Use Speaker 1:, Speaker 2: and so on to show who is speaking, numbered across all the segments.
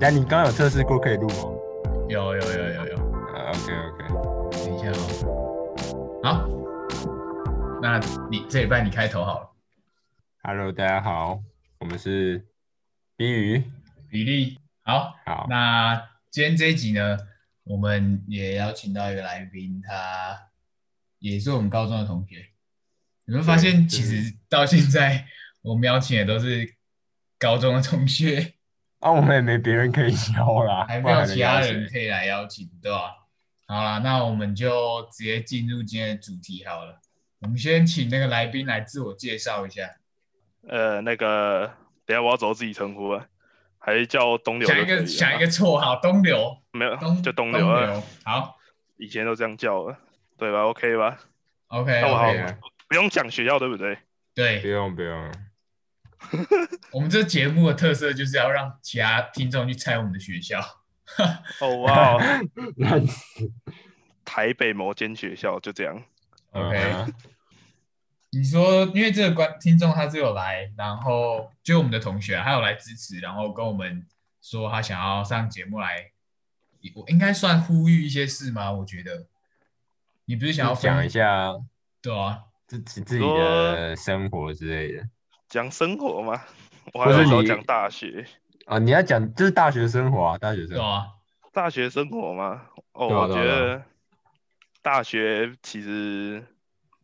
Speaker 1: 但你刚刚有测试过可以录吗？
Speaker 2: 有有有有有，
Speaker 1: 啊，OK OK，
Speaker 2: 等一下哦。好，那你这礼拜你开头好了。
Speaker 1: Hello，大家好，我们是冰鱼。
Speaker 2: 比利，好，
Speaker 1: 好，
Speaker 2: 那今天这一集呢，我们也邀请到一个来宾，他也是我们高中的同学。你会发现，
Speaker 1: 对就
Speaker 2: 其
Speaker 1: 是
Speaker 2: 实到现在我们邀请的都是高中的同学，
Speaker 1: 啊，我们也没别人可以邀啦，
Speaker 2: 还
Speaker 1: 不
Speaker 2: 没
Speaker 1: 然还能
Speaker 2: 有其他
Speaker 1: 邀谁
Speaker 2: 人可以来邀请，对吧？好啦，那我们就直接进入今天的主题好了。我们先请那个来宾来自我介绍一下，
Speaker 3: 呃，那个，等一下我要怎么自己称呼啊？还叫东流就
Speaker 2: 想一
Speaker 3: 可以了
Speaker 2: 个
Speaker 3: 吗
Speaker 2: 想一个绰号，东流，
Speaker 3: 没有，
Speaker 2: 东
Speaker 3: 就
Speaker 2: 东
Speaker 3: 东流啊，，
Speaker 2: 好
Speaker 3: 以前都这样叫了，对吧？OK 吧？
Speaker 2: ，OK，
Speaker 3: 那我好
Speaker 1: 对
Speaker 2: OK，
Speaker 1: 啊
Speaker 3: 不用讲学校，对不对？
Speaker 2: 对
Speaker 1: 不，用不用，
Speaker 2: 我们这节目的特色就是要让其他听众去猜我们的学校。
Speaker 3: 哦哇哦，
Speaker 1: 烂
Speaker 3: 台北某间学校就这样。
Speaker 1: 嗯
Speaker 2: OK，、你说，因为这个观听众他是有来，然后就我们的同学、啊、他有来支持，然后跟我们说他想要上节目来，我应该算呼吁一些事吗？我觉得，你不是想要分
Speaker 1: 讲一下
Speaker 2: 对啊？
Speaker 1: 自己自己的
Speaker 3: 说
Speaker 1: 生活之类的
Speaker 3: 讲生活吗？我
Speaker 1: 或
Speaker 3: 还
Speaker 1: 是
Speaker 3: 有时候
Speaker 1: 你
Speaker 3: 讲大学，
Speaker 1: 啊，你要讲就是大学生活啊，大学生
Speaker 2: 对
Speaker 1: 活
Speaker 2: 啊，
Speaker 3: 大学生活吗？哦，
Speaker 1: 对啊
Speaker 3: 我
Speaker 1: 对啊
Speaker 3: 觉
Speaker 1: 对
Speaker 3: 得大学其实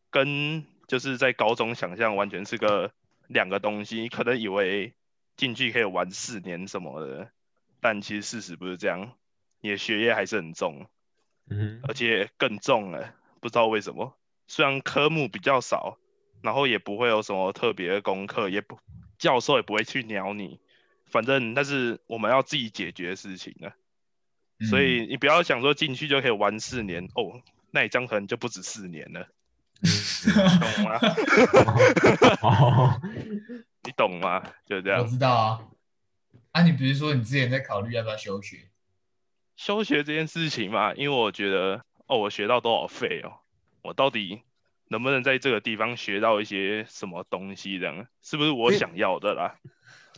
Speaker 3: 跟就是在高中想象完全是个两个东西，可能以为进去可以玩四年什么的，但其实事实不是这样，你的学业还是很重，
Speaker 1: 嗯哼
Speaker 3: 而且更重了，不知道为什么。虽然科目比较少，然后也不会有什么特别的功课，也不教授也不会去鸟你，反正那是我们要自己解决的事情啊。
Speaker 2: 嗯
Speaker 3: 所以你不要想说进去就可以玩四年哦，那你这样可能就不止四年了，懂吗？
Speaker 1: 哦，
Speaker 3: 你懂吗？就这
Speaker 2: 我
Speaker 3: 样，
Speaker 2: 知道啊。啊，你比如说你之前在考虑要不要休学？
Speaker 3: 休学这件事情嘛，因为我觉得哦，我学到多少费哦，我到底能不能在这个地方学到一些什么东西？这样是不是我
Speaker 1: 因为
Speaker 3: 想要的啦？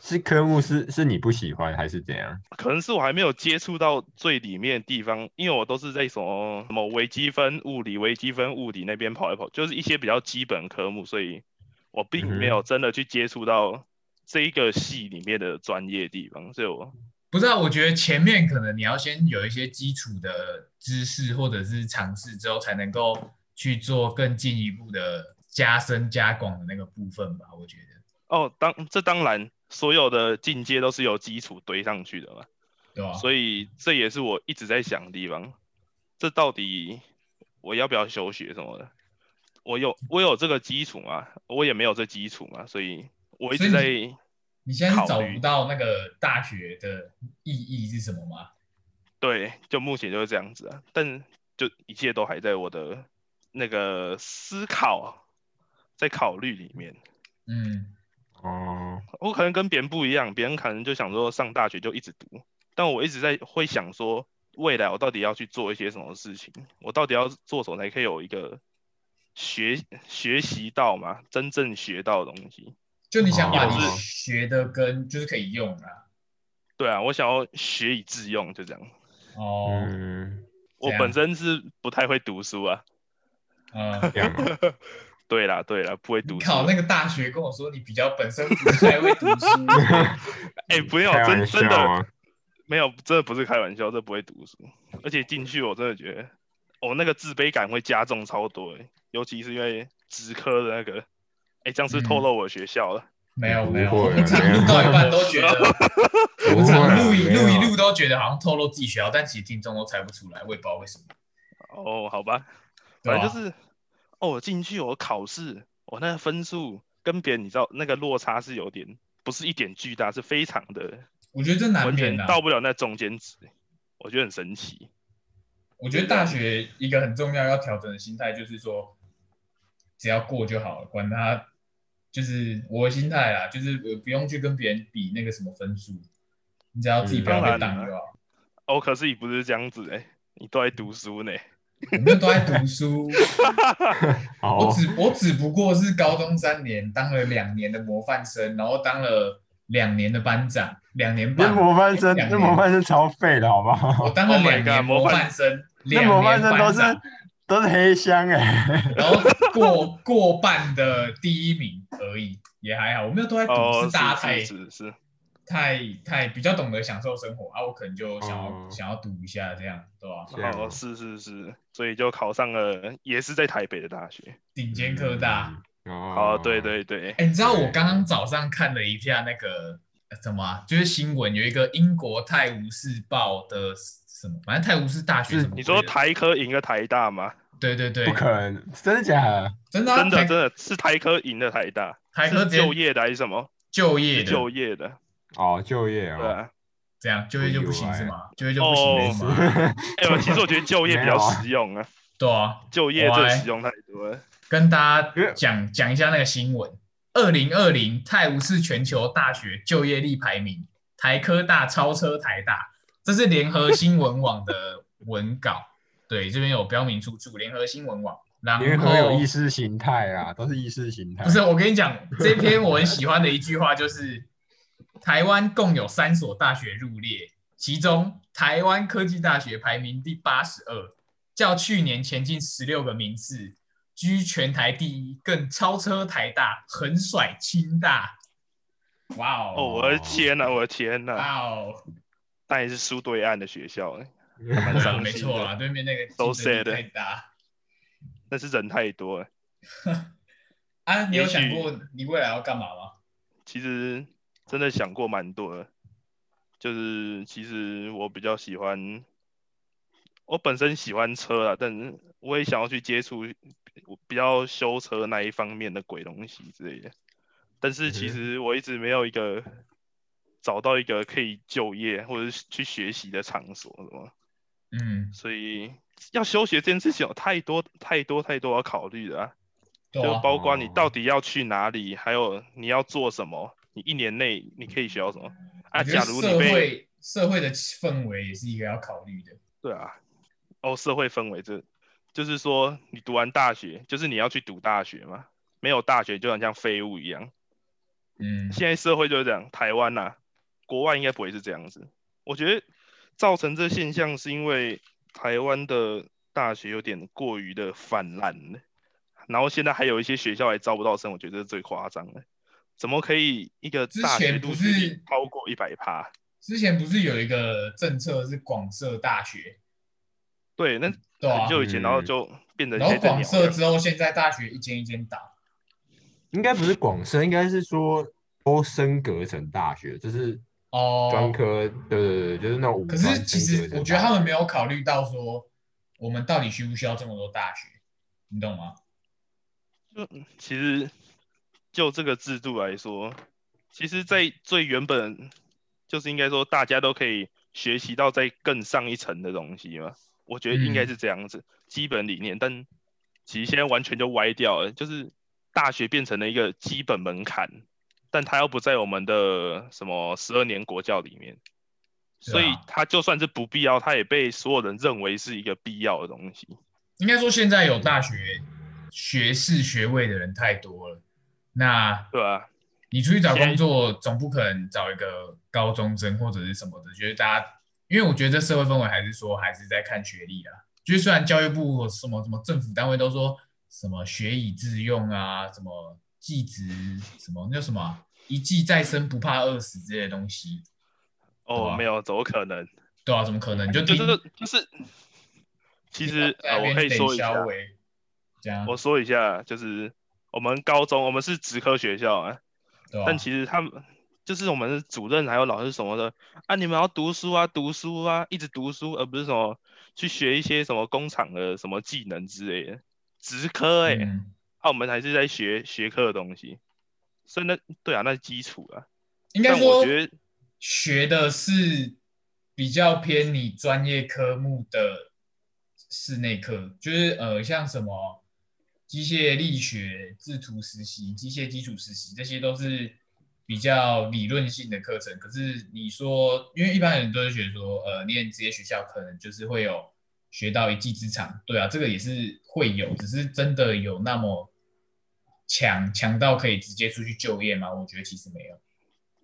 Speaker 1: 是科目是是你不喜欢还是怎样？
Speaker 3: 可能是我还没有接触到最里面的地方，因为我都是在什么什么微积分、物理、微积分、物理那边跑来跑，就是一些比较基本科目，所以我并没有真的去接触到这一个系里面的专业地方，所以我
Speaker 2: 不是啊，我觉得前面可能你要先有一些基础的知识或者是尝试之后，才能够去做更进一步的加深加广的那个部分吧。我觉得，
Speaker 3: 哦，当这当然所有的进阶都是由基础堆上去的嘛，
Speaker 2: 对吧、
Speaker 3: 所以这也是我一直在想的地方，这到底我要不要休学什么的？我有我有这个基础嘛，我也没有这基础嘛，所以我一直
Speaker 2: 所
Speaker 3: 在。
Speaker 2: 以你现在是找
Speaker 3: 考
Speaker 2: 不
Speaker 3: 虑
Speaker 2: 到那个大学的意义是什么吗？
Speaker 3: 对，就目前就是这样子啊，但就一切都还在我的那个思考，在考虑里面。
Speaker 2: 嗯，
Speaker 1: 哦，
Speaker 3: 我可能跟别人不一样，别人可能就想说上大学就一直读，但我一直在会想说，未来我到底要去做一些什么事情，我到底要做什么才可以有一个学学习到嘛，真正学到的东西。
Speaker 2: 就你想把
Speaker 3: 哦
Speaker 2: 你
Speaker 3: 是
Speaker 2: 学的跟就是可以用啊。
Speaker 3: 对啊，我想要学以致用，就这样。
Speaker 2: 哦，
Speaker 1: 嗯，
Speaker 3: 我
Speaker 2: 这样
Speaker 3: 本身是不太会读书啊，
Speaker 2: 呃，
Speaker 1: 这样 啊
Speaker 3: 对啦对啦，不会读
Speaker 2: 你
Speaker 3: 书。
Speaker 2: 考那个大学跟我说你比较本身不太会 读书，
Speaker 3: 哎、不用
Speaker 1: 开，
Speaker 3: 真
Speaker 1: 玩笑
Speaker 3: 真的。
Speaker 1: 啊，
Speaker 3: 没有，真的不是开玩笑，这不会读书，而且进去我真的觉得，我、那个自卑感会加重超多欸，尤其是因为职科的那个，哎，这样是不是透
Speaker 2: 嗯
Speaker 3: 露我学校了，
Speaker 2: 没有
Speaker 1: 不
Speaker 2: 没有，
Speaker 1: 会
Speaker 2: 我们常
Speaker 1: 没有
Speaker 2: 录到一半都觉得。我
Speaker 1: 不会
Speaker 2: 常
Speaker 1: 啊
Speaker 2: 录一
Speaker 1: 没
Speaker 2: 录一
Speaker 1: 有
Speaker 2: 录都觉得好像透露自己学校，但其实听众都猜不出来，我也不知道为什么。
Speaker 3: 哦，好吧，
Speaker 2: 对啊
Speaker 3: 反
Speaker 2: 吧
Speaker 3: 正就是，哦，我进去我考试，我那个分数跟别人你知道那个落差是有点，不是一点巨大，是非常的，
Speaker 2: 我觉得这难
Speaker 3: 完全
Speaker 2: 免的、啊
Speaker 3: 到不了那中间值，我觉得很神奇，
Speaker 2: 我觉得大学一个很重要要调整的心态就是说，只要过就好了，管他就是我的心态啦，就是我不用去跟别人比那个什么分数，你只要自己不要被
Speaker 3: 嗯
Speaker 1: 啊
Speaker 2: 挡就好。
Speaker 3: 哦，可是你不是这样子哎，你都在读书 呢，
Speaker 2: 我们都在读书，
Speaker 1: 好哦
Speaker 2: 我只我只不过是高中三年当了两年的模范生，然后当了两年的班长，两年
Speaker 1: 那
Speaker 2: 半。
Speaker 1: 模范生，
Speaker 2: 两
Speaker 1: 那
Speaker 2: 年
Speaker 1: 模范生超废的好不
Speaker 2: 我
Speaker 1: 好？
Speaker 2: 当了
Speaker 3: Oh my
Speaker 2: 两年
Speaker 3: God，
Speaker 2: 模
Speaker 3: 模
Speaker 2: 范
Speaker 3: 范
Speaker 2: 生，
Speaker 1: 那
Speaker 2: 两
Speaker 1: 模
Speaker 2: 年
Speaker 1: 范生都
Speaker 2: 班
Speaker 1: 是
Speaker 2: 长，
Speaker 1: 都是黑箱哎、
Speaker 2: 然后过过半的第一名而已，也还好。我们又都在赌，
Speaker 3: 哦
Speaker 2: 是，大家太
Speaker 3: 是是是，
Speaker 2: 太太比较懂得享受生活啊，我可能就想要、
Speaker 1: 哦
Speaker 2: 想要赌一下这样，对吧、
Speaker 1: 这样
Speaker 3: 哦
Speaker 1: 哦
Speaker 3: 是是是，所以就考上了，也是在台北的大学。
Speaker 2: 顶尖科大。
Speaker 1: 嗯哦
Speaker 3: 哦，对，对对，
Speaker 2: 哎、你知道我
Speaker 1: 对
Speaker 2: 刚刚早上看了一下那个呃什么啊、就是新闻，有一个英国泰晤士报的什么，反正泰晤士大学
Speaker 1: 是
Speaker 2: 什么鬼的，
Speaker 3: 你说台科赢了台大吗？
Speaker 2: 对对对
Speaker 1: 不，可能，真的假的？
Speaker 2: 真的啊、
Speaker 3: 真的
Speaker 2: 台
Speaker 3: 真的是台科赢了台大，
Speaker 2: 台科
Speaker 3: 是
Speaker 2: 直
Speaker 3: 就
Speaker 2: 接
Speaker 3: 业的还是什么？
Speaker 2: 就业的，
Speaker 3: 就业的，
Speaker 1: 哦，就业
Speaker 3: 对
Speaker 1: 哦，
Speaker 3: 啊。
Speaker 2: 这样就业就不行
Speaker 1: 哎呦
Speaker 2: 是
Speaker 1: 哎
Speaker 2: 吗？就业就不行 是吗？
Speaker 3: 哎、我其实我觉得就业比 较实用啊，
Speaker 2: 对啊，
Speaker 3: 就业最实用太多了。
Speaker 2: 跟大家
Speaker 1: 因为
Speaker 2: 讲讲一下那个新闻。二零二零泰晤士全球大学就业力排名，台科大超车台大，这是联合新闻网的文稿。对，这边有标明出处，联合新闻网。然
Speaker 1: 因为
Speaker 2: 后
Speaker 1: 很有意识形态啦，都是意识形态。
Speaker 2: 不是，我跟你讲，这篇我很喜欢的一句话就是：台湾共有三所大学入列，其中台湾科技大学排名第八十二，较去年前进十六个名次，居全台第一，更超车台大，横甩清大。哇
Speaker 3: 哦，
Speaker 2: 哦！
Speaker 3: 我的天呐、我的天呐、
Speaker 2: 哇哦，
Speaker 3: 但也是输对岸的学校、欸，
Speaker 1: 蛮
Speaker 2: 对啊，
Speaker 3: 伤心的
Speaker 2: 没错啊，对面那个
Speaker 3: So
Speaker 2: 竞争力
Speaker 3: sad
Speaker 2: 太大
Speaker 3: 但是人太多了。
Speaker 2: 啊！你有
Speaker 3: 也许
Speaker 2: 想过你未来要干嘛吗？
Speaker 3: 其实真的想过蛮多的，就是其实我比较喜欢，我本身喜欢车啊，但是我也想要去接触比较修车那一方面的鬼东西之类的。但是其
Speaker 1: 嗯哼
Speaker 3: 实我一直没有一个找到一个可以就业或者是去学习的场所，什么，
Speaker 2: 嗯，
Speaker 3: 所以要休学这件事情有太多太多太多要考虑的啊。
Speaker 2: 对
Speaker 3: 就
Speaker 2: 啊，
Speaker 3: 包括你
Speaker 1: 哦
Speaker 3: 到底要去哪里，还有你要做什么，你一年内你可以学到什么
Speaker 2: 我
Speaker 3: 啊？
Speaker 2: 觉得
Speaker 3: 假如
Speaker 2: 社
Speaker 3: 你被
Speaker 2: 会社会的氛围也是一个要考虑的。
Speaker 3: 对啊，哦，社会氛围这，就是说你读完大学，就是你要去读大学嘛，没有大学就很像废物一样。
Speaker 2: 嗯，
Speaker 3: 现在社会就是这样，台湾呐、国外应该不会是这样子。我觉得造成这现象是因为台湾的大学有点过于的泛滥了，然后现在还有一些学校还招不到生，我觉得这是最夸张的。怎么可以一个
Speaker 2: 之
Speaker 3: 大学
Speaker 2: 前不
Speaker 3: 录取率
Speaker 2: 是
Speaker 3: 超过一百趴？
Speaker 2: 之前不是有一个政策是广设大学，
Speaker 3: 对，那
Speaker 2: 对啊
Speaker 3: 很，久以前，然后
Speaker 1: 嗯
Speaker 3: 就变成
Speaker 2: 然后
Speaker 3: 现在
Speaker 2: 广
Speaker 3: 鸟
Speaker 2: 设
Speaker 3: 了
Speaker 2: 之后，现在大学一间一间倒。
Speaker 1: 应该不是广深，应该是说都升格成大学，就是专
Speaker 2: 哦，
Speaker 1: 科，对对对，就是那种五
Speaker 2: 可
Speaker 1: 专升格成大学。
Speaker 2: 是其实我觉得他们没有考虑到说，我们到底需不需要这么多大学，你懂吗？
Speaker 3: 其实就这个制度来说，其实，在最原本就是应该说大家都可以学习到在更上一层的东西嘛。我觉得应该
Speaker 2: 嗯
Speaker 3: 是这样子，基本理念。但其实现在完全就歪掉了，就是大学变成了一个基本门槛，但它又不在我们的什么十二年国教里面，
Speaker 2: 对
Speaker 3: 所以
Speaker 2: 啊
Speaker 3: 它就算是不必要，它也被所有人认为是一个必要的东西。
Speaker 2: 应该说现在有大学学士学位的人太多了，那
Speaker 3: 对吧、
Speaker 2: 你出去找
Speaker 3: 现在
Speaker 2: 工作，总不可能找一个高中生或者是什么的，就是大家，因为我觉得这社会氛围还是说还是在看学历啦。就是虽然教育部或什么什么政府单位都说什么学以致用啊，什么技职什么那叫什么啊一技在身不怕饿死这些东西，对
Speaker 3: 哦
Speaker 2: 啊，
Speaker 3: 没有，怎么可能？
Speaker 2: 对啊，怎么可能？你就
Speaker 3: 哎就
Speaker 2: 听
Speaker 3: 是就是， 其实
Speaker 2: 在
Speaker 3: 呃，
Speaker 2: 那
Speaker 3: 我
Speaker 2: 边
Speaker 3: 可以
Speaker 2: 等
Speaker 3: 说一
Speaker 2: 消
Speaker 3: 下，
Speaker 2: 委这样，
Speaker 3: 我说一下，就是我们高中我们是职科学校啊，
Speaker 2: 对吧、
Speaker 3: 但其实他们就是我们的主任还有老师什么的啊，你们要读书啊，读书啊，一直读书，而不是什么去学一些什么工厂的什么技能之类的。职科哎、欸，
Speaker 2: 嗯，
Speaker 3: 啊，我们还是在学学科的东西，所以那对啊，那是基础啊。
Speaker 2: 应该
Speaker 3: 但
Speaker 2: 说
Speaker 3: 我觉得
Speaker 2: 学的是比较偏你专业科目的室内课，就是呃，像什么机械力学、制图实习、机械基础实习，这些都是比较理论性的课程。可是你说，因为一般人都是觉得说，呃，念职业学校可能就是会有学到一技之长，对啊，这个也是会有，只是真的有那么强强到可以直接出去就业吗？我觉得其实没有。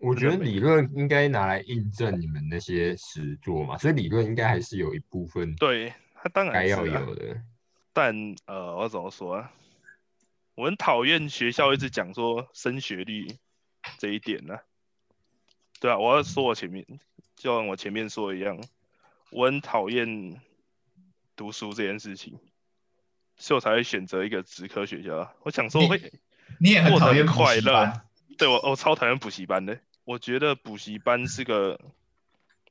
Speaker 1: 我觉得
Speaker 3: 真的没
Speaker 1: 理论应该拿来印证你们那些实作嘛，所以理论应该还是有一部分
Speaker 3: 对，他当然
Speaker 1: 该要
Speaker 3: 是啊
Speaker 1: 有的。
Speaker 3: 但呃，我怎么说啊？我很讨厌学校一直讲说升学率这一点呢、对啊，我要说我前面，就像我前面说的一样，我很讨厌读书这件事情，所以我才会选择一个职科学校啊。我想说我会，
Speaker 2: 你也 很讨厌补习
Speaker 3: 过得很
Speaker 2: 班，
Speaker 3: 对我我超讨厌补习班的，我觉得补习班是个，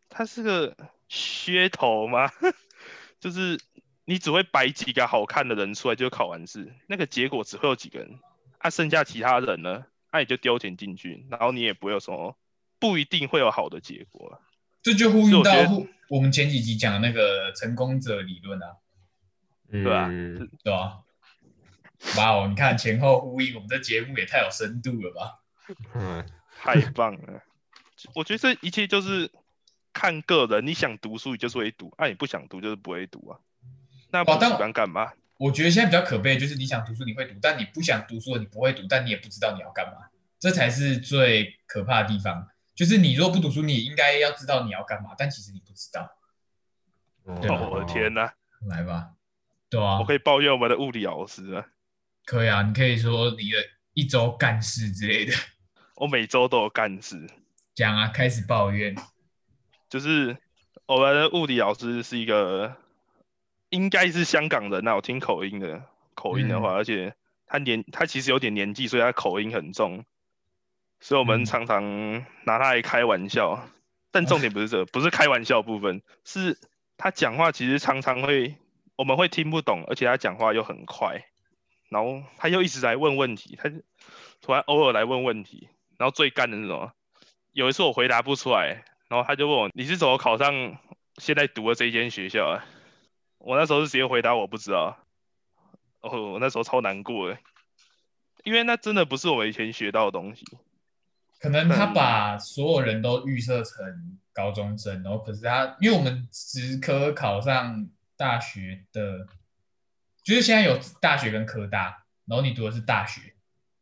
Speaker 3: 它是个噱头吗？ 就是你只会摆几个好看的人出来就考完试，那个结果只会有几个人，啊，剩下其他人呢，那、你就丢钱进去，然后你也不会有什么，不一定会有好的结果啊。
Speaker 2: 这就呼应
Speaker 3: 所以我觉
Speaker 2: 到
Speaker 3: 得
Speaker 2: 呼我们前几集讲的那个成功者理论啊，
Speaker 1: 嗯，
Speaker 3: 对啊
Speaker 2: 对吧、哇哦，你看前后呼应，我们这节目也太有深度了吧？
Speaker 1: 嗯，
Speaker 3: 太棒了！我觉得这一切就是看个人，你想读书你就是会读，啊，你不想读就是不会读啊。那补
Speaker 2: 哦但
Speaker 3: 习班干嘛？
Speaker 2: 我觉得现在比较可悲的就是你想读书你会读，但你不想读书你不会读，但你也不知道你要干嘛，这才是最可怕的地方。就是你若不读书，你应该要知道你要干嘛，但其实你不知道。对吧
Speaker 1: 啊
Speaker 3: 哦，我的天！哪、
Speaker 2: 来吧，对啊，
Speaker 3: 我可以抱怨我们的物理老师啊，
Speaker 2: 可以啊，你可以说你的一周干事之类的，
Speaker 3: 我每周都有干事，
Speaker 2: 讲啊，开始抱怨，
Speaker 3: 就是我们的物理老师是一个应该是香港人啊，我听口音的口音的话，而且他年他其实有点年纪，所以他口音很重，所以我
Speaker 2: 嗯
Speaker 3: 们常常拿他来开玩笑。但重点不是这个，不是开玩笑部分，是他讲话其实常常会我们会听不懂，而且他讲话又很快，然后他又一直来问问题，他就突然偶尔来问问题，然后最干的是什么？有一次我回答不出来，然后他就问我你是怎么考上现在读的这间学校啊？我那时候是直接回答我不知道，哦，我那时候超难过的，因为那真的不是我们以前学到的东西，
Speaker 2: 可能他把所有人都预设成高中生，然后可是他，因为我们职科考上大学的，就是现在有大学跟科大，然后你读的是大学，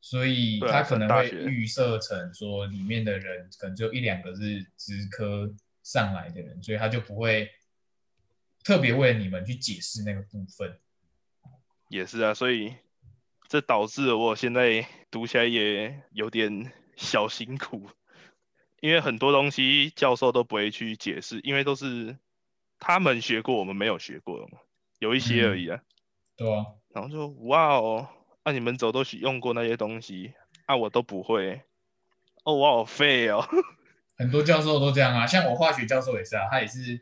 Speaker 2: 所以
Speaker 3: 对
Speaker 2: 他
Speaker 3: 啊
Speaker 2: 可能
Speaker 3: 是大
Speaker 2: 会
Speaker 3: 学
Speaker 2: 预设成说里面的人可能只有一两个是职科上来的人，所以他就不会特别为了你们去解释那个部分。
Speaker 3: 也是啊，所以这导致了我现在读起来也有点小辛苦，因为很多东西教授都不会去解释，因为都是他们学过我们没有学过的嘛，有一些而已啊。
Speaker 2: 对啊，
Speaker 3: 然后就哇哦，啊你们走都是用过那些东西，啊我都不会，哦我好废哦，
Speaker 2: 很多教授都这样啊，像我化学教授也是啊，他也是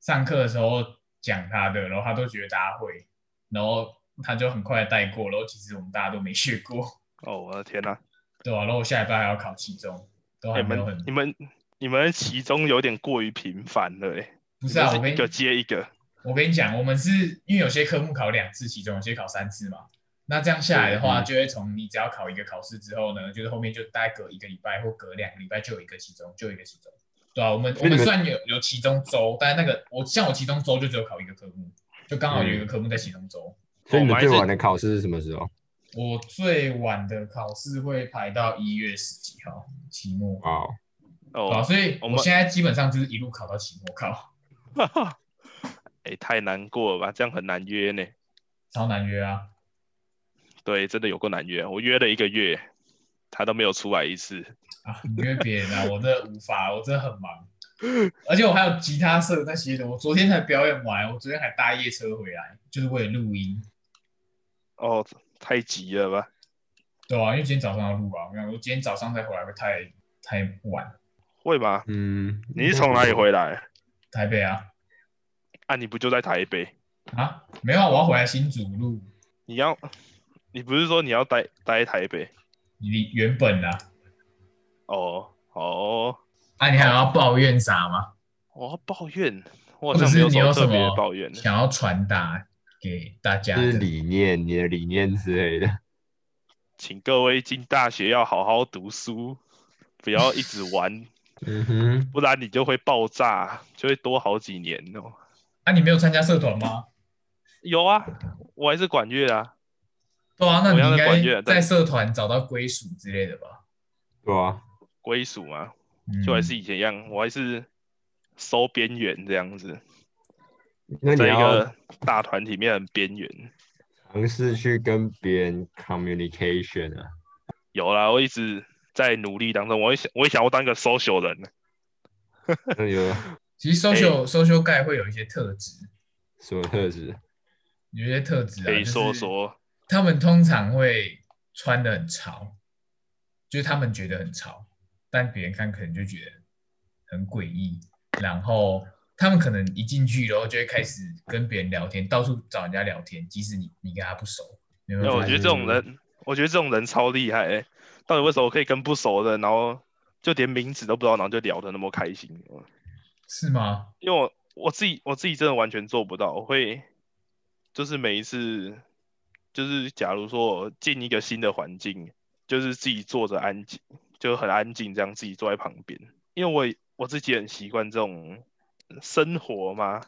Speaker 2: 上课的时候讲他的，然后他都觉得大家会，然后他就很快地带过，然后其实我们大家都没学过，
Speaker 3: 哦我的天哪、欸
Speaker 2: 对吧、啊然后我下一拜还要考期中，都还
Speaker 3: 你
Speaker 2: 没有很
Speaker 3: 们你们你们其中有点过于频繁了哎，
Speaker 2: 不
Speaker 3: 你
Speaker 2: 是啊，
Speaker 3: 们
Speaker 2: 我跟
Speaker 3: 一
Speaker 2: 你
Speaker 3: 个接一个，
Speaker 2: 我跟你讲，我们是因为有些科目考两次，期中有些考三次嘛。那这样下来的话，
Speaker 1: 嗯
Speaker 2: 就会从你只要考一个考试之后呢，就是后面就大概隔一个礼拜或隔两个礼拜就有一个期中，就有一个期中，对啊，我们
Speaker 1: 所
Speaker 2: 我
Speaker 1: 以你
Speaker 2: 们
Speaker 1: 们
Speaker 2: 虽然有有期中周，但是那个我像我期中周就只有考一个科目，就刚好有一个科目在期中周。
Speaker 1: 所以你
Speaker 3: 我
Speaker 1: 们
Speaker 3: 们还
Speaker 1: 最
Speaker 3: 是
Speaker 1: 晚的考试是什么时候？
Speaker 2: 我最晚的考试会排到一月十几号期末，
Speaker 1: 哇哦，
Speaker 3: 哦
Speaker 2: 对啊，所以
Speaker 3: 我
Speaker 2: 我
Speaker 3: 们
Speaker 2: 现在基本上就是一路考到期末考，
Speaker 3: 哈哈，哎、太难过了吧，这样很难约呢。
Speaker 2: 超难约啊。
Speaker 3: 对，真的有够难约，我约了一个月，他都没有出来一次。
Speaker 2: 啊，你约别人啊，我真的无法，我真的很忙，而且我还有吉他社那些的，我昨天才表演完，我昨天还搭夜车回来，就是为了录音，
Speaker 3: 哦，太急了吧？
Speaker 2: 对啊，因为今天早上要录啊，我想我今天早上才回来会太太晚，
Speaker 3: 会吗？
Speaker 1: 嗯，
Speaker 3: 你是从哪里？回来？
Speaker 2: 台北啊
Speaker 3: 啊，你不就在台北？
Speaker 2: 啊，没有啊，我要回来新竹录，
Speaker 3: 你要，你不是说你要待待台北？
Speaker 2: 你原本啊，
Speaker 3: 哦哦，
Speaker 2: 啊，你还有要抱怨啥吗？
Speaker 3: 我要抱怨，
Speaker 2: 或
Speaker 3: 我好
Speaker 2: 者
Speaker 3: 像
Speaker 2: 是
Speaker 3: 没
Speaker 2: 你
Speaker 3: 什
Speaker 2: 有
Speaker 3: 么
Speaker 2: 什
Speaker 3: 特别
Speaker 2: 么
Speaker 3: 的抱怨。
Speaker 2: 想要传达给大家
Speaker 1: 就是
Speaker 2: 的？
Speaker 1: 理念，你的理念之类的。
Speaker 3: 请各位进大学要好好读书，不要一直玩，
Speaker 1: 嗯哼，
Speaker 3: 不然你就会爆炸，就会多好几年哦。
Speaker 2: 啊，你没有参加社团吗？
Speaker 3: 有啊，我还是管乐啊。
Speaker 2: 对啊，那你
Speaker 3: 我要
Speaker 2: 应
Speaker 3: 在管乐
Speaker 2: 该
Speaker 3: 对
Speaker 2: 在社团找到归属之类的吧？
Speaker 1: 对啊，
Speaker 3: 归属嘛，
Speaker 2: 嗯
Speaker 3: 就还是以前一样，我还是收边缘这样子，
Speaker 1: 那你
Speaker 3: 在一
Speaker 1: 要
Speaker 3: 个大团体里面很边缘。
Speaker 1: 尝试去跟别人 communication 啊，
Speaker 3: 有啦，我一直在努力当中，我也想，我也想要当个 social 人，
Speaker 1: 那你有
Speaker 2: 其实
Speaker 3: 哎
Speaker 2: social、social 盖会有一些特质，
Speaker 1: 什么特质？
Speaker 2: 有一些特质啊，
Speaker 3: 可以说
Speaker 2: 就是
Speaker 3: 说，
Speaker 2: 他们通常会穿的很潮，就是他们觉得很潮，但别人看可能就觉得很诡异。然后他们可能一进去，然后就会开始跟别人聊天，到处找人家聊天，即使你你跟他不熟。没有
Speaker 3: 因为
Speaker 2: 办
Speaker 3: 哎我
Speaker 2: 法
Speaker 3: 觉得这种人，我觉得这种人超厉害、欸。到底为什么可以跟不熟的，然后就连名字都不知道，然后就聊得那么开心？
Speaker 2: 是吗？
Speaker 3: 因为我我自己我自己真的完全做不到，我会就是每一次就是假如说我进一个新的环境，就是自己坐着安静，就很安静这样自己坐在旁边，因为我也我自己很习惯这种生活嘛，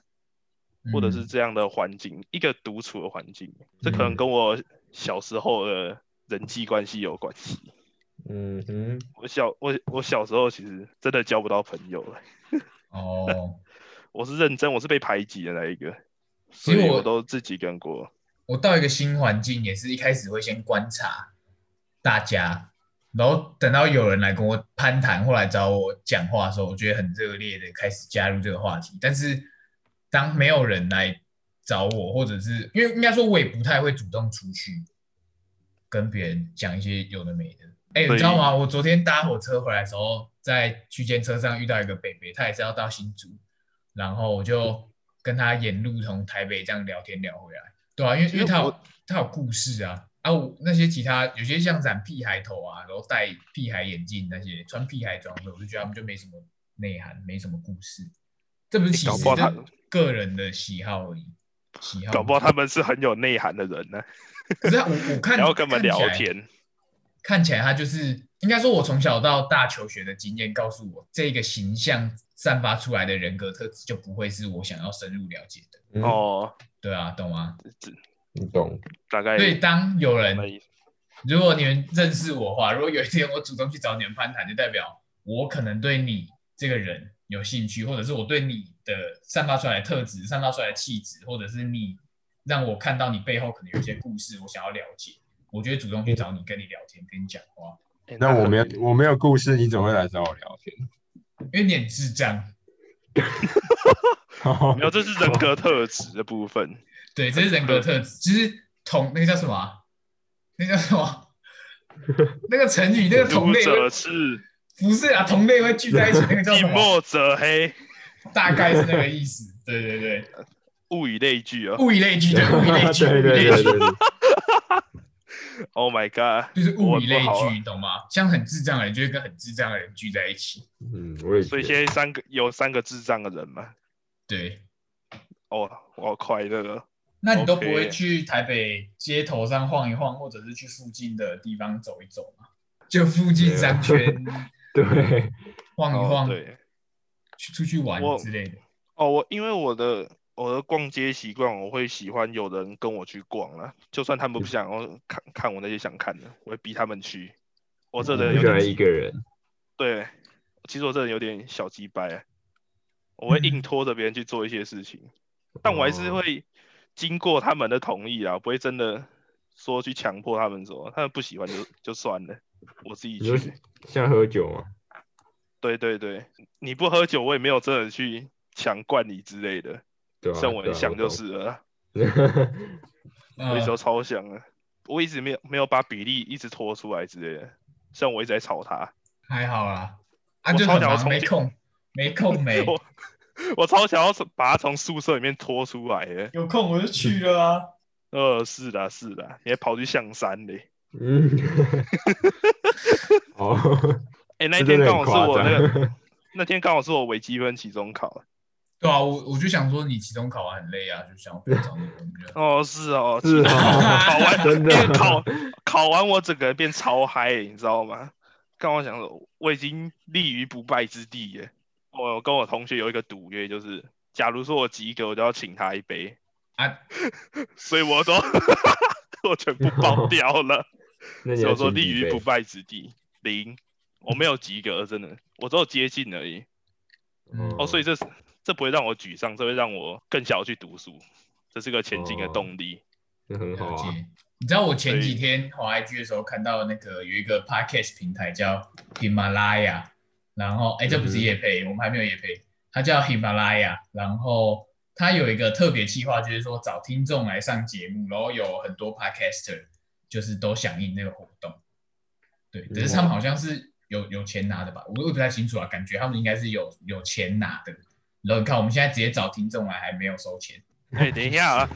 Speaker 3: 或者是
Speaker 2: 嗯
Speaker 3: 这样的环境，一个独处的环境，这
Speaker 1: 嗯
Speaker 3: 可能跟我小时候的人际关系有关系。
Speaker 1: 嗯哼，
Speaker 3: 我小我我小时候其实真的交不到朋友了，
Speaker 2: 哦，
Speaker 3: 我是认真，我是被排挤的那一个，
Speaker 2: 其
Speaker 3: 所
Speaker 2: 实
Speaker 3: 以
Speaker 2: 我
Speaker 3: 我都自己一个人过。
Speaker 2: 我到一个新环境，也是一开始会先观察大家，然后等到有人来跟我攀谈或来找我讲话的时候，我觉得很热烈的开始加入这个话题。但是当没有人来找我，或者是因为应该说我也不太会主动出去跟别人讲一些有的没的。哎、你
Speaker 3: 所以
Speaker 2: 知道吗？我昨天搭火车回来的时候，在区间车上遇到一个北北，他也是要到新竹，然后我就跟他沿路从台北这样聊天聊回来。对啊，因为因为
Speaker 3: 其实
Speaker 2: 他有
Speaker 3: 我
Speaker 2: 他有故事啊啊，我那些其他有些像染屁孩头啊，然后戴屁孩眼镜那些穿屁孩装的，我就觉得他们就没什么内涵，没什么故事。这不是歧
Speaker 3: 搞
Speaker 2: 视，
Speaker 3: 不好
Speaker 2: 这
Speaker 3: 他
Speaker 2: 个人的喜好而已。喜好，
Speaker 3: 搞不好他们是很有内涵的人呢、
Speaker 2: 可是我我看，
Speaker 3: 然后跟他们聊
Speaker 2: 看起来
Speaker 3: 天，
Speaker 2: 看起来他就是应该说，我从小到大求学的经验告诉我，这个形象散发出来的人格特质就不会是我想要深入了解的。
Speaker 1: 嗯，
Speaker 3: 哦，
Speaker 2: 对啊，懂吗？
Speaker 1: 你懂，
Speaker 3: 大概
Speaker 2: 所以当有人
Speaker 3: 那意思
Speaker 2: 如果你们认识我的话，如果有一天我主动去找你们攀谈，就代表我可能对你这个人有兴趣，或者是我对你的散发出来的特质、散发出来的气质，或者是你让我看到你背后可能有一些故事，我想要了解，我就会主动去找你，跟你聊天，跟你讲话，
Speaker 3: 欸
Speaker 1: 那我没有
Speaker 3: 很
Speaker 1: 我没有故事，你怎么会来找我聊天？
Speaker 2: 因为你很智障。
Speaker 3: 没有，这是人格特质的部 分。
Speaker 2: 对，这是人格特质，就是同那个叫什么啊、那叫什么？ 那个成语，那个同
Speaker 3: 读
Speaker 2: 类
Speaker 3: 者
Speaker 2: 会
Speaker 3: 是
Speaker 2: 不是啊，同类会聚在一起，那个叫什
Speaker 3: 近
Speaker 2: 么？
Speaker 3: 墨者黑，
Speaker 2: 大概是那个意思。对对对。
Speaker 3: 物以类聚啊。
Speaker 2: 物以类聚，对，物以类聚，
Speaker 1: 对对
Speaker 2: 物以类
Speaker 1: 对
Speaker 2: 聚，
Speaker 1: 对对，
Speaker 3: Oh my god！
Speaker 2: 就是物以类
Speaker 3: 我不好啊
Speaker 2: 聚，你懂吗？像很智障的人就会跟很智障的人聚在一起，
Speaker 1: 嗯，我也
Speaker 3: 所以
Speaker 1: 觉得
Speaker 3: 现在三个有三个智障的人嘛。
Speaker 2: 对。
Speaker 3: 哦，我好快乐哦。
Speaker 2: 那你都不
Speaker 3: OK
Speaker 2: 会去台北街头上晃一晃，或者是去附近的地方走一走吗？就附近商圈
Speaker 1: 对，
Speaker 2: 晃一
Speaker 3: 哦，
Speaker 2: 晃，
Speaker 3: 对，
Speaker 2: 去出去玩
Speaker 3: 我
Speaker 2: 之类的。
Speaker 3: 哦，我因为我的我的逛街习惯，我会喜欢有人跟我去逛啦，就算他们
Speaker 1: 嗯
Speaker 3: 不想要看看我那些想看的，我会逼他们去。我这人
Speaker 1: 不喜
Speaker 3: 有点
Speaker 1: 嗯欢一
Speaker 3: 鸡
Speaker 1: 个人，
Speaker 3: 对，其实我这人有点小鸡掰啊，我会硬
Speaker 2: 嗯
Speaker 3: 拖着别人去做一些事情，但我还是
Speaker 1: 哦
Speaker 3: 会经过他们的同意啊，不会真的说去强迫他们什么，他们不喜欢就就算了，我自己
Speaker 1: 你说
Speaker 3: 去。
Speaker 1: 像喝酒嘛，
Speaker 3: 对对对，你不喝酒，我也没有真的去强灌你之类的。
Speaker 1: 对吧？
Speaker 3: 像我
Speaker 1: 对
Speaker 3: 很
Speaker 1: 啊
Speaker 3: 想就是了啦，
Speaker 1: 懂
Speaker 3: 我一直都
Speaker 2: 嗯，
Speaker 3: 超想的，我一直没有没有把比例一直拖出来之类的。像我一直在吵他，
Speaker 2: 还好啦，啊，
Speaker 3: 我
Speaker 2: 就
Speaker 3: 超
Speaker 2: 很
Speaker 3: 想要
Speaker 2: 忙，
Speaker 3: 冲
Speaker 2: 没
Speaker 3: 进
Speaker 2: 空，没空没，
Speaker 3: 我我超想要从把他从宿舍里面拖出来的。
Speaker 2: 有空我就去了啊。
Speaker 3: 呃，是的，是的，你还跑去象山嘞？
Speaker 1: 嗯，哦，
Speaker 3: 哎、那一
Speaker 1: 这
Speaker 3: 天
Speaker 1: 真的
Speaker 3: 刚
Speaker 1: 很
Speaker 3: 好是
Speaker 1: 夸
Speaker 3: 我那 个，
Speaker 1: 张
Speaker 3: 那天刚好是我微积分期中考。
Speaker 2: 对啊，我我就想说你期中考完很累啊，就想要不要找你，我们就
Speaker 3: 哦，是哦，
Speaker 1: 是
Speaker 3: 期中考 考完
Speaker 1: 真的
Speaker 3: 哎考考完，我整个人变超嗨，你知道吗？刚我想说，我已经立于不败之地耶。我跟我同学有一个赌约，就是假如说我及格，我就要请他一杯，
Speaker 2: 啊，
Speaker 3: 所以我都 我全部爆掉了。
Speaker 1: 那你
Speaker 3: 所以
Speaker 1: 哦要
Speaker 3: 我说
Speaker 1: 请
Speaker 3: 立
Speaker 1: 几
Speaker 3: 于
Speaker 1: 杯
Speaker 3: 不败之地，零，我没有及格，真的，我只有接近而已。
Speaker 2: 嗯
Speaker 3: 哦，所以这是这不会让我沮丧，这会让我更想要去读书，这是个前进的
Speaker 1: 哦
Speaker 3: 动力。
Speaker 1: 这很好
Speaker 2: 了
Speaker 1: 啊。
Speaker 2: 解。你知道我前
Speaker 3: 所
Speaker 2: 几
Speaker 3: 以
Speaker 2: 天滑 IG 的时候看到那个有一个 podcast 平台叫 Himalaya，然后哎，这不是
Speaker 1: 嗯哼
Speaker 2: 叶配，我们还没有叶配，它叫 Himalaya，然后它有一个特别计划，就是说找听众来上节目，然后有很多 podcaster 就是都响应那个活动。对，
Speaker 1: 嗯
Speaker 2: 只是他们好像是有有钱拿的吧，我我也不太清楚啊，感觉他们应该是有有钱拿的。然后你看，我们现在直接找听众来，还没有收钱。
Speaker 3: 哎、 等一下啊，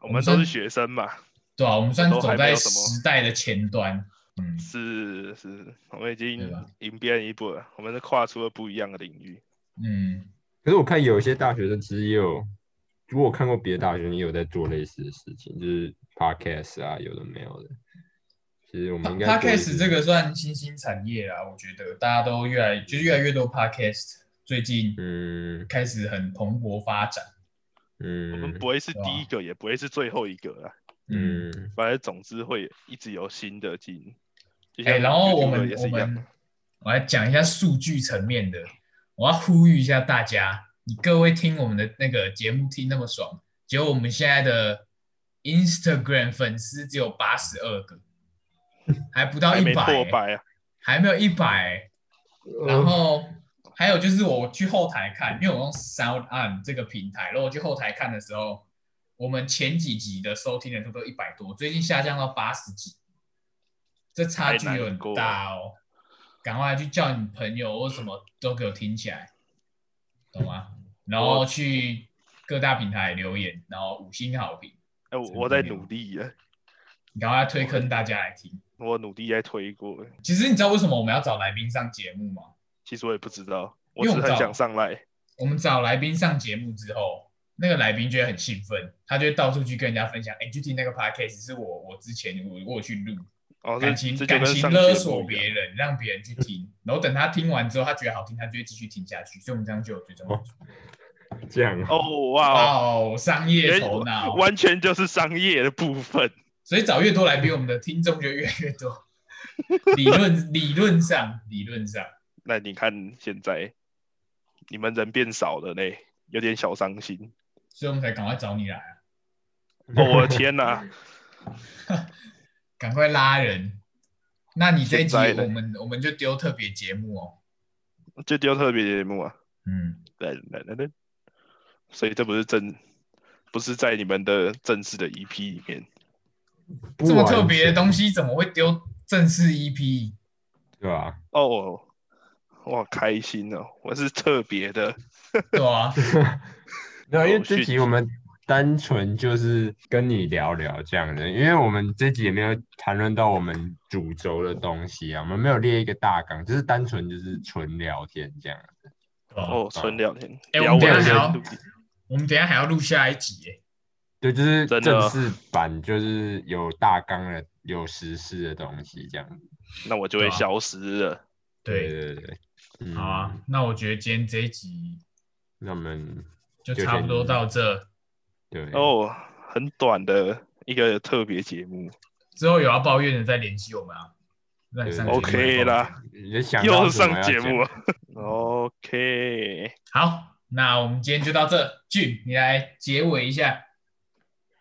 Speaker 3: 我
Speaker 2: 们
Speaker 3: 们都
Speaker 2: 算
Speaker 3: 是学生嘛，
Speaker 2: 对啊，我们算是
Speaker 3: 都还
Speaker 2: 走
Speaker 3: 没
Speaker 2: 在
Speaker 3: 有什么
Speaker 2: 时代的前端。嗯，
Speaker 3: 是是，我们
Speaker 2: 对啊
Speaker 3: 已经
Speaker 2: 吧
Speaker 3: 赢别人一步了，我们是跨出了不一样的领域。
Speaker 2: 嗯，
Speaker 1: 可是我看有一些大学生其实也有，如果我看过别的大学生也有在做类似的事情，就是 podcast 啊，有的没有的。其实我们应该
Speaker 2: 啊 Podcast 这
Speaker 1: 个
Speaker 2: 个算新兴产业啦，我觉得大家都越来就是越来越多 Podcast，最近
Speaker 1: 嗯
Speaker 2: 开始很蓬勃发展。
Speaker 1: 嗯
Speaker 3: 我们不会是
Speaker 2: 对啊
Speaker 3: 第一个，也不会是最后一个啦，
Speaker 2: 嗯，
Speaker 1: 嗯
Speaker 3: 反正总之会一直有新的进。
Speaker 1: 嗯
Speaker 3: 就
Speaker 2: 哎、
Speaker 3: 像
Speaker 2: 然后我
Speaker 3: YouTuber
Speaker 2: 们
Speaker 3: 也
Speaker 2: 我
Speaker 3: 是一样
Speaker 2: 们，我来讲一下数据层面的，我要呼吁一下大家，你各位听我们的那个节目听那么爽，结果我们现在的 Instagram 粉丝只有八十二个，还不到
Speaker 3: 还
Speaker 2: 一
Speaker 3: 没
Speaker 2: 百、欸
Speaker 3: 破百啊。
Speaker 2: 还没有一百、欸然
Speaker 1: 呃
Speaker 2: 后还有就是我去后台看，因为我用 Sound On 这个平台，然后我去后台看的时候，我们前几集的收听人数都一百多，最近下降到八十几，这差距有很大哦。赶快去叫你朋友或什么都给我听起来，懂吗？然后去各大平台留言，然后五星好评，
Speaker 3: 哎、我
Speaker 2: 真
Speaker 3: 我
Speaker 2: 的
Speaker 3: 在
Speaker 2: 没有
Speaker 3: 努力啊，
Speaker 2: 你赶快推坑大家来听。
Speaker 3: 我努力在推过。
Speaker 2: 其实你知道为什么我们要找来宾上节目吗？
Speaker 3: 其实我也不知道，
Speaker 2: 因为
Speaker 3: 我只
Speaker 2: 我
Speaker 3: 是
Speaker 2: 们
Speaker 3: 很
Speaker 2: 找
Speaker 3: 想上来。
Speaker 2: 我们找来宾上节目之后，那个来宾就会很兴奋，他就会到处去跟人家分享，哎、你去听那个 podcast，是我我之前我我有去录，
Speaker 3: 哦，
Speaker 2: 感
Speaker 3: 这
Speaker 2: 情
Speaker 3: 这就
Speaker 2: 感
Speaker 3: 跟
Speaker 2: 情
Speaker 3: 上
Speaker 2: 勒
Speaker 3: 节
Speaker 2: 索
Speaker 3: 目一样嗯
Speaker 2: 别人，让别人去听，然后等他听完之后，他觉得好听，他就会继续听下去，所以我们这样就有追踪人数。
Speaker 1: 这样啊
Speaker 3: 哦，哇哦，
Speaker 2: 哦，商业头脑，
Speaker 3: 完全就是商业的部分。
Speaker 2: 所以找越多来宾，我们的听众就越来越多。理论理论上，理论上，
Speaker 3: 那你看现在你们人变少了嘞，有点小 伤心。
Speaker 2: 所以我们才赶快找你来啊，
Speaker 3: 哦，我的天哪、
Speaker 2: 赶快拉人。那你这一集
Speaker 3: 现在呢
Speaker 2: 我们我们就丢特别节目哦，
Speaker 3: 就丢特别节目啊！
Speaker 2: 嗯。
Speaker 3: 来来来来，所以这不是正，不是在你们的正式的 EP 里面。
Speaker 1: 不
Speaker 2: 这么特
Speaker 1: 完
Speaker 2: 别的
Speaker 1: 全
Speaker 2: 东西怎么会丢正式 E EP？
Speaker 1: 对啊吧？
Speaker 3: 哦，哇，开心哦！我是特别的，
Speaker 2: 对啊，
Speaker 1: 对啊，因为
Speaker 3: 有
Speaker 1: 这
Speaker 3: 趣
Speaker 1: 集我们单纯就是跟你聊聊这样的，因为我们这集也没有谈论到我们主轴的东西啊，我们没有列一个大纲，就是单纯就是纯聊天这样。
Speaker 2: 哦，
Speaker 3: 哦，纯聊天，
Speaker 2: 哎
Speaker 3: 聊
Speaker 2: 我们
Speaker 3: 完
Speaker 1: 等一下
Speaker 3: 先
Speaker 2: 聊
Speaker 3: 录音
Speaker 2: 我们等一下还要录下一集耶，
Speaker 1: 对，就是
Speaker 3: 真
Speaker 1: 正
Speaker 3: 的啊
Speaker 1: 式版，就是有大纲的、有实事的东西这样。
Speaker 3: 那我就会消失了。
Speaker 2: 对，
Speaker 1: 对对对，嗯，
Speaker 2: 好啊，，那我觉得今天这一集
Speaker 1: 那我们
Speaker 2: 就差不多到这，
Speaker 1: 对，啊
Speaker 3: 哦，很短的一个特别节目。
Speaker 2: 之后有要抱怨的再联系我们啊。让你上节目
Speaker 3: OK 啦，
Speaker 1: 你就想到
Speaker 3: 又
Speaker 1: 什么啊要
Speaker 3: 上节
Speaker 1: 讲
Speaker 3: 目。了。OK，
Speaker 2: 好，那我们今天就到这，俊，你来结尾一下。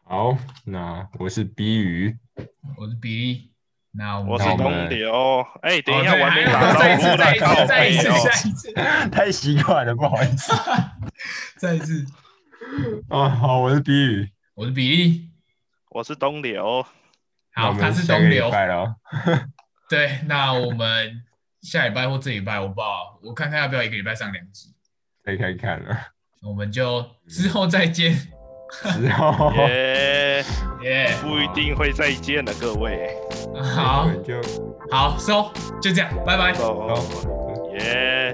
Speaker 1: 好，那我是 B 鱼，
Speaker 2: 我是比利，那我们
Speaker 3: 我是
Speaker 1: 那我们
Speaker 3: 东流。哎、等一下，
Speaker 2: 哦对
Speaker 3: 我还没
Speaker 2: 还
Speaker 3: 打
Speaker 2: 再一次，
Speaker 3: 招呼
Speaker 2: 再一
Speaker 3: 呢，靠
Speaker 2: 次，再一次，
Speaker 3: 背哦。
Speaker 2: 再一次，
Speaker 1: 太习惯了，不好意思。
Speaker 2: 再一次，
Speaker 1: 哦，好，我是 B 鱼。
Speaker 2: 我是比利。
Speaker 3: 我是 东流，
Speaker 1: 那我
Speaker 2: 好，
Speaker 1: 们
Speaker 2: 他是
Speaker 1: 下
Speaker 2: 东
Speaker 1: 个礼
Speaker 2: 流。
Speaker 1: 拜咯
Speaker 2: 对，那我们下礼拜或这礼拜，我不知道，我看看要不要一个礼拜上两集，
Speaker 1: 可以看看了。
Speaker 2: 我们就之后再见，
Speaker 1: 之后
Speaker 3: 耶、
Speaker 2: 耶、
Speaker 3: 不一定会再见了，各位。
Speaker 2: 好
Speaker 1: 我们就
Speaker 2: 好收，就这样，拜拜。
Speaker 3: 哦，
Speaker 1: 好
Speaker 3: 耶、